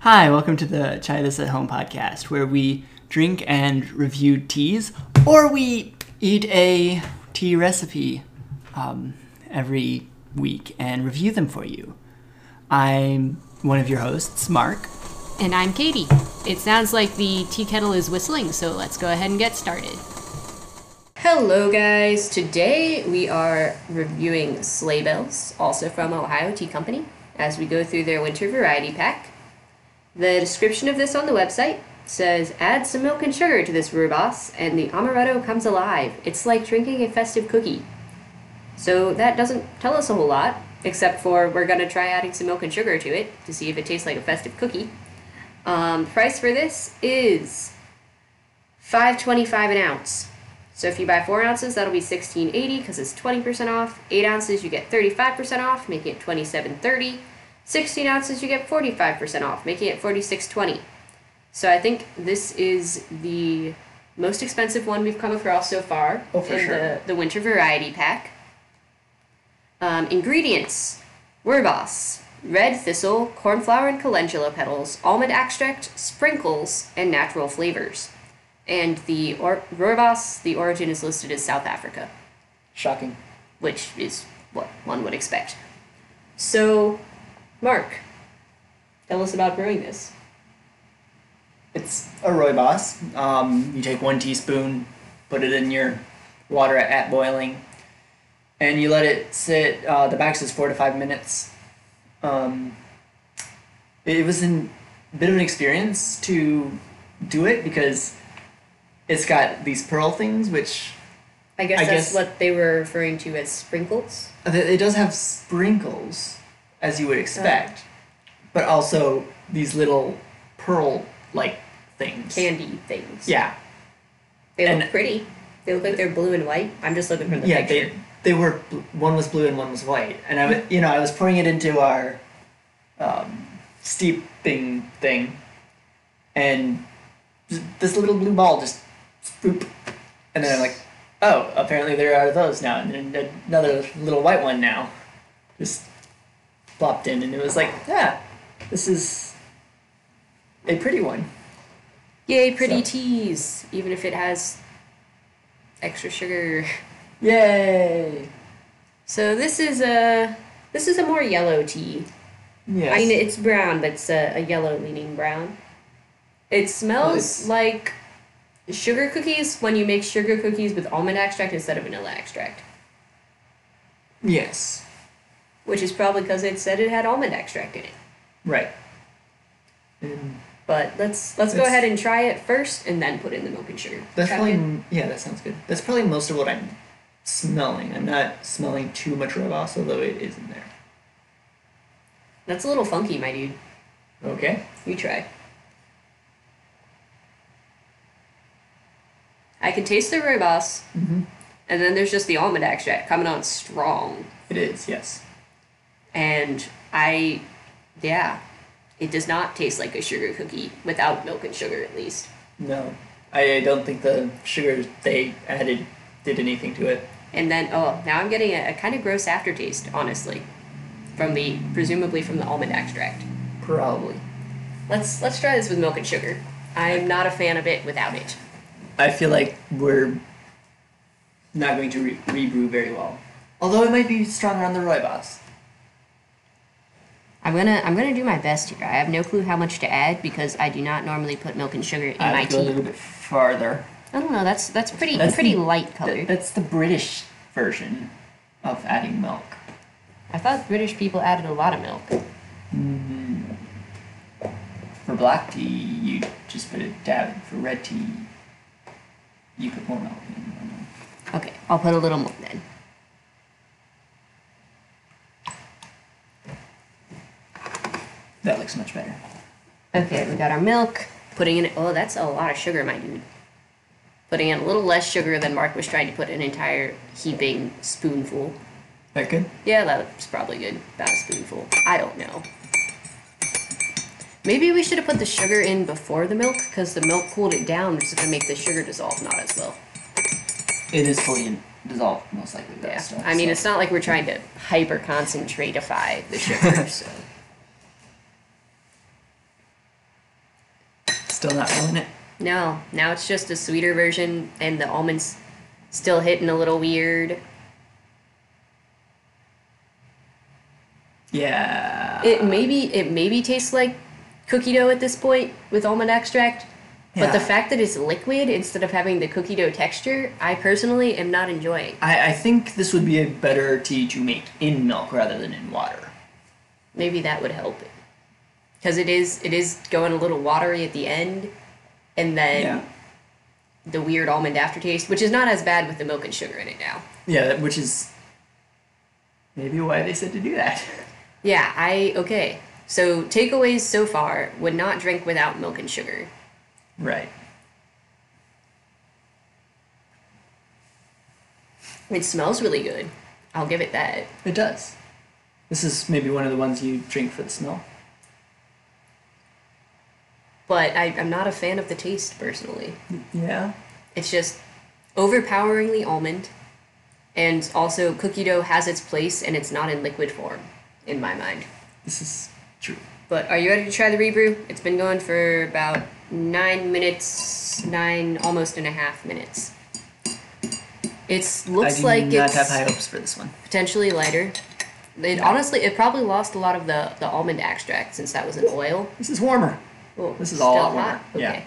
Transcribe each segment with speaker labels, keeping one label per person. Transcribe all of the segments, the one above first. Speaker 1: Hi, welcome to the Chai This at Home podcast, where we drink and review teas, or we eat a tea recipe um, every week and review them for you. I'm one of your hosts, Mark.
Speaker 2: And I'm Katie. It sounds like the tea kettle is whistling, so let's go ahead and get started.
Speaker 3: Hello, guys. Today we are reviewing Sleigh Bells, also from Ohio Tea Company, as we go through their winter variety pack. The description of this on the website says add some milk and sugar to this rhubarb and the amaretto comes alive. It's like drinking a festive cookie. So that doesn't tell us a whole lot, except for we're gonna try adding some milk and sugar to it to see if it tastes like a festive cookie. Um, price for this is five twenty-five an ounce. So if you buy four ounces, that'll be sixteen eighty because it's twenty percent off. Eight ounces, you get thirty-five percent off, making it twenty-seven thirty. Sixteen ounces, you get forty-five percent off, making it forty-six twenty. So I think this is the most expensive one we've come across so far
Speaker 1: Oh, for
Speaker 3: in
Speaker 1: sure.
Speaker 3: the, the winter variety pack. Um, ingredients: Wervas, red thistle, cornflower and calendula petals, almond extract, sprinkles, and natural flavors. And the or- Wervas, the origin is listed as South Africa,
Speaker 1: Shocking.
Speaker 3: which is what one would expect. So, Mark, tell us about brewing this.
Speaker 1: It's a rooibos. Um, you take one teaspoon, put it in your water at boiling, and you let it sit. Uh, the back says four to five minutes. Um, it was a bit of an experience to do it because it's got these pearl things, which
Speaker 3: I guess
Speaker 1: I
Speaker 3: that's
Speaker 1: guess-
Speaker 3: what they were referring to as sprinkles.
Speaker 1: it does have sprinkles, as you would expect, but also these little pearl-like things.
Speaker 3: Candy things.
Speaker 1: Yeah.
Speaker 3: They look
Speaker 1: and-
Speaker 3: pretty. They look like they're blue and white. I'm just looking from the
Speaker 1: yeah,
Speaker 3: picture.
Speaker 1: they they were bl- one was blue and one was white, and I wa- you know I was pouring it into our um, steeping thing, and th- this little blue ball just boop, and then I'm like, oh, apparently there are those now, and then another little white one now, just plopped in, and it was like, yeah, this is a pretty one.
Speaker 3: Yay, pretty
Speaker 1: So-
Speaker 3: teas, even if it has extra sugar.
Speaker 1: Yay!
Speaker 3: So this is a this is a more yellow tea.
Speaker 1: Yes.
Speaker 3: I mean, it's brown, but it's a, a yellow leaning brown. It smells
Speaker 1: it's-
Speaker 3: like sugar cookies when you make sugar cookies with almond extract instead of vanilla extract,
Speaker 1: yes.
Speaker 3: which is probably because it said it had almond extract in it.
Speaker 1: Right. And
Speaker 3: But let's let's go
Speaker 1: It's-
Speaker 3: ahead and try it first, and then put in the milk and sugar.
Speaker 1: That's
Speaker 3: Sound
Speaker 1: probably
Speaker 3: good?
Speaker 1: yeah. That sounds good. That's probably most of what I'm smelling. I'm not smelling too much rooibos, although it is in there.
Speaker 3: that's a little funky, my dude.
Speaker 1: Okay.
Speaker 3: You try. I can taste the rooibos,
Speaker 1: Mhm.
Speaker 3: and then there's just the almond extract coming on strong.
Speaker 1: It is. Yes.
Speaker 3: And I, yeah, it does not taste like a sugar cookie without milk and sugar, at least.
Speaker 1: No, I don't think the sugar they added did anything to it.
Speaker 3: And then, oh, now I'm getting a, a kind of gross aftertaste, honestly, from the presumably from the almond extract.
Speaker 1: Probably.
Speaker 3: Let's let's try this with milk and sugar. I'm not a fan of it without it.
Speaker 1: I feel like we're not going to re- rebrew very well. Although it might be stronger on the rooibos.
Speaker 3: I'm gonna I'm gonna do my best here. I have no clue how much to add because I do not normally put milk and sugar in my
Speaker 1: I'd go a
Speaker 3: tea.
Speaker 1: little bit farther.
Speaker 3: I don't know. That's that's pretty
Speaker 1: That's
Speaker 3: pretty
Speaker 1: the-
Speaker 3: light colored.
Speaker 1: That's the British version of adding milk.
Speaker 3: I thought British people added a lot of milk.
Speaker 1: Mm. For black tea, you just put a dab. in. For red tea, you put more milk in.
Speaker 3: Okay, I'll put a little more then.
Speaker 1: That looks much better.
Speaker 3: Okay, we got our milk. Putting in oh, that's a lot of sugar, my dude. Putting in a little less sugar than Mark was trying to put an entire heaping spoonful.
Speaker 1: That good?
Speaker 3: Yeah, that's probably good. About a spoonful. I don't know. Maybe we should have put the sugar in before the milk because the milk cooled it down, which is going to make the sugar dissolve not as well.
Speaker 1: It is fully in- dissolved, most likely. that
Speaker 3: Yeah.
Speaker 1: stuff,
Speaker 3: I mean,
Speaker 1: so-
Speaker 3: it's not like we're trying to hyper concentrateify the sugar, so.
Speaker 1: Still not feeling it.
Speaker 3: No, now it's just a sweeter version, and the almonds still hitting a little weird.
Speaker 1: Yeah.
Speaker 3: It maybe it maybe tastes like cookie dough at this point with almond extract, but
Speaker 1: Yeah.
Speaker 3: the fact that it's liquid instead of having the cookie dough texture, I personally am not enjoying.
Speaker 1: I, I think this would be a better tea to make in milk rather than in water.
Speaker 3: Maybe that would help, because it is it is going a little watery at the end, and then
Speaker 1: Yeah.
Speaker 3: the weird almond aftertaste, which is not as bad with the milk and sugar in it now.
Speaker 1: Yeah, that- which is maybe why they said to do that.
Speaker 3: Yeah, I okay. So takeaways so far would not drink without milk and sugar.
Speaker 1: Right.
Speaker 3: It smells really good. I'll give it that.
Speaker 1: It does. This is maybe one of the ones you drink for the smell.
Speaker 3: But I, I'm not a fan of the taste personally.
Speaker 1: Yeah.
Speaker 3: It's just overpoweringly almond, and also cookie dough has its place and it's not in liquid form, in my mind.
Speaker 1: This is true.
Speaker 3: But are you ready to try the rebrew? It's been going for about nine minutes, nine almost and a half minutes. It's looks
Speaker 1: I do
Speaker 3: like
Speaker 1: not
Speaker 3: it's
Speaker 1: have high hopes for this one.
Speaker 3: potentially lighter. It honestly, it probably lost a lot of the, the almond extract since that was an oil.
Speaker 1: This is warmer.
Speaker 3: Oh,
Speaker 1: This is
Speaker 3: still
Speaker 1: all
Speaker 3: hot.
Speaker 1: warmer.
Speaker 3: Okay.
Speaker 1: Yeah.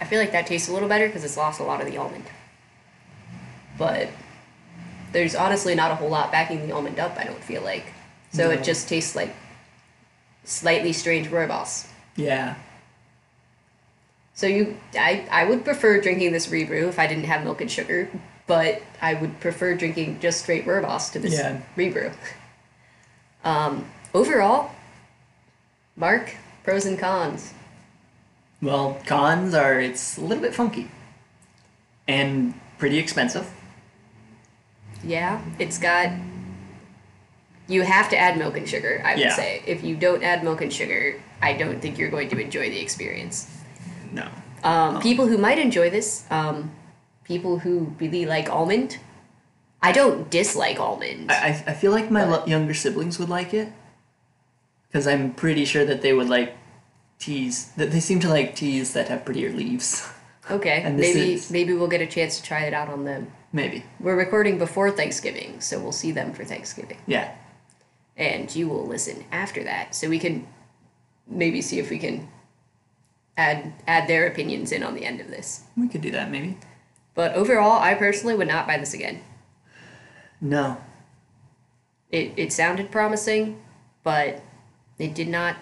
Speaker 3: I feel like that tastes a little better because it's lost a lot of the almond. But there's honestly not a whole lot backing the almond up. I don't feel like. So
Speaker 1: No.
Speaker 3: it just tastes like slightly strange rooibos.
Speaker 1: Yeah.
Speaker 3: So you, I, I would prefer drinking this rebrew if I didn't have milk and sugar, but I would prefer drinking just straight rooibos to this
Speaker 1: Yeah.
Speaker 3: rebrew. Um, overall, Mark, pros and cons.
Speaker 1: Well, cons are it's a little bit funky and pretty expensive.
Speaker 3: Yeah, it's got. You have to add milk and sugar, I would
Speaker 1: Yeah.
Speaker 3: say. If you don't add milk and sugar, I don't think you're going to enjoy the experience.
Speaker 1: No.
Speaker 3: Um,
Speaker 1: Oh.
Speaker 3: People who might enjoy this, um, people who really like almond. I don't dislike almond.
Speaker 1: I, I, I feel like my lo- younger siblings would like it because I'm pretty sure that they would like teas that they seem to like teas that have prettier leaves.
Speaker 3: Okay,
Speaker 1: And this
Speaker 3: maybe
Speaker 1: is-
Speaker 3: maybe we'll get a chance to try it out on them.
Speaker 1: Maybe.
Speaker 3: We're recording before Thanksgiving, so we'll see them for Thanksgiving,
Speaker 1: Yeah.
Speaker 3: and you will listen after that, so we can maybe see if we can add add their opinions in on the end of this.
Speaker 1: We could do that maybe.
Speaker 3: But overall, I personally would not buy this again.
Speaker 1: No.
Speaker 3: It it sounded promising, but it did not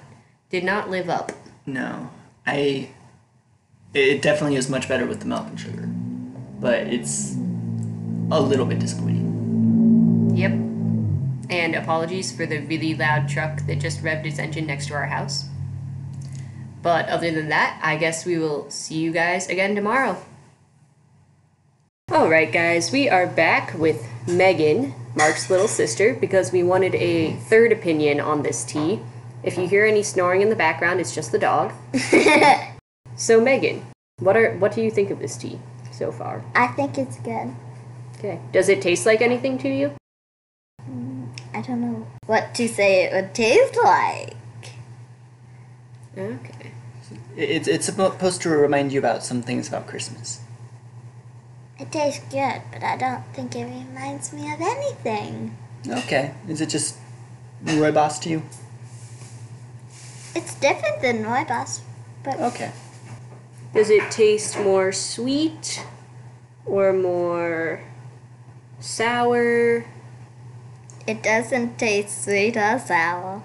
Speaker 3: did not live up.
Speaker 1: No. I it it definitely is much better with the milk and sugar. But it's a little bit disappointing.
Speaker 3: Yep. And apologies for the really loud truck that just revved its engine next to our house. But other than that, I guess we will see you guys again tomorrow. All right, guys, we are back with Megan, Mark's little sister, because we wanted a third opinion on this tea. If you hear any snoring in the background, it's just the dog. so, Megan, what are what do you think of this tea so far?
Speaker 4: I think it's good.
Speaker 3: Okay. Does it taste like anything to you?
Speaker 4: I don't know what to say it would taste like.
Speaker 3: Okay.
Speaker 1: It, it's it's supposed to remind you about some things about Christmas.
Speaker 4: It tastes good, but I don't think it reminds me of anything.
Speaker 1: Okay. Is it just rooibos to you?
Speaker 4: It's different than Rooibos, but
Speaker 1: Okay.
Speaker 3: Does it taste more sweet or more sour?
Speaker 4: it doesn't taste sweet or sour.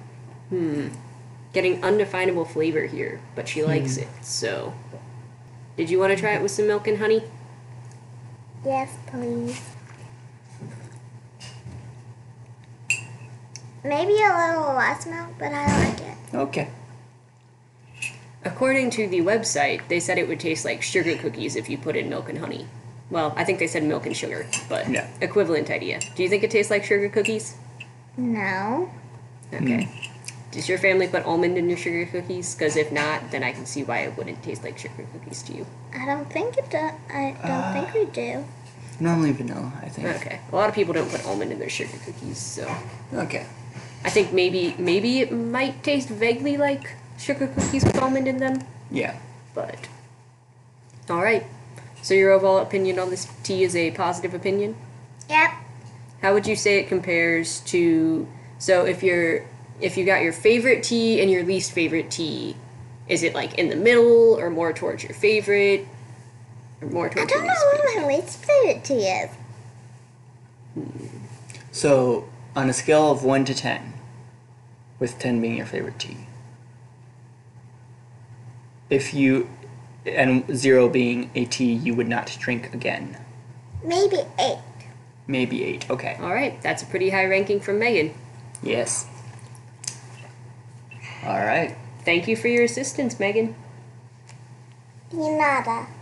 Speaker 3: Getting undefinable flavor here, but she likes it, so. Did you want to try it with some milk and honey?
Speaker 4: Yes, please. Maybe a little less milk, but I like it.
Speaker 1: Okay.
Speaker 3: According to the website, they said it would taste like sugar cookies if you put in milk and honey. Well, I think they said milk and sugar, but
Speaker 1: Yeah.
Speaker 3: equivalent idea. Do you think it tastes like sugar cookies?
Speaker 4: No.
Speaker 1: Hmm.
Speaker 3: Okay. Does your family put almond in your sugar cookies? Because if not, then I can see why it wouldn't taste like sugar cookies to you.
Speaker 4: I don't think it do- I don't think we do.
Speaker 1: Normally vanilla, I think.
Speaker 3: Okay. A lot of people don't put almond in their sugar cookies, so.
Speaker 1: Okay.
Speaker 3: I think maybe maybe it might taste vaguely like sugar cookies with almond in them,
Speaker 1: Yeah.
Speaker 3: but all right. So your overall opinion on this tea is a positive opinion.
Speaker 4: Yep.
Speaker 3: How would you say it compares to so if you're if you got your favorite tea and your least favorite tea, is it like in the middle or more towards your favorite or more
Speaker 4: I
Speaker 3: towards
Speaker 4: don't
Speaker 3: your
Speaker 4: know
Speaker 3: least favorite?
Speaker 4: what my least favorite tea is.
Speaker 1: So, on a scale of 1 to 10, with 10 being your favorite tea, if you, and 0 being a tea you would not drink again,
Speaker 4: Maybe eight.
Speaker 1: maybe 8. Okay.
Speaker 3: All right, that's a pretty high ranking from Megan.
Speaker 1: Yes. All right.
Speaker 3: Thank you for your assistance, Megan.
Speaker 4: Nada.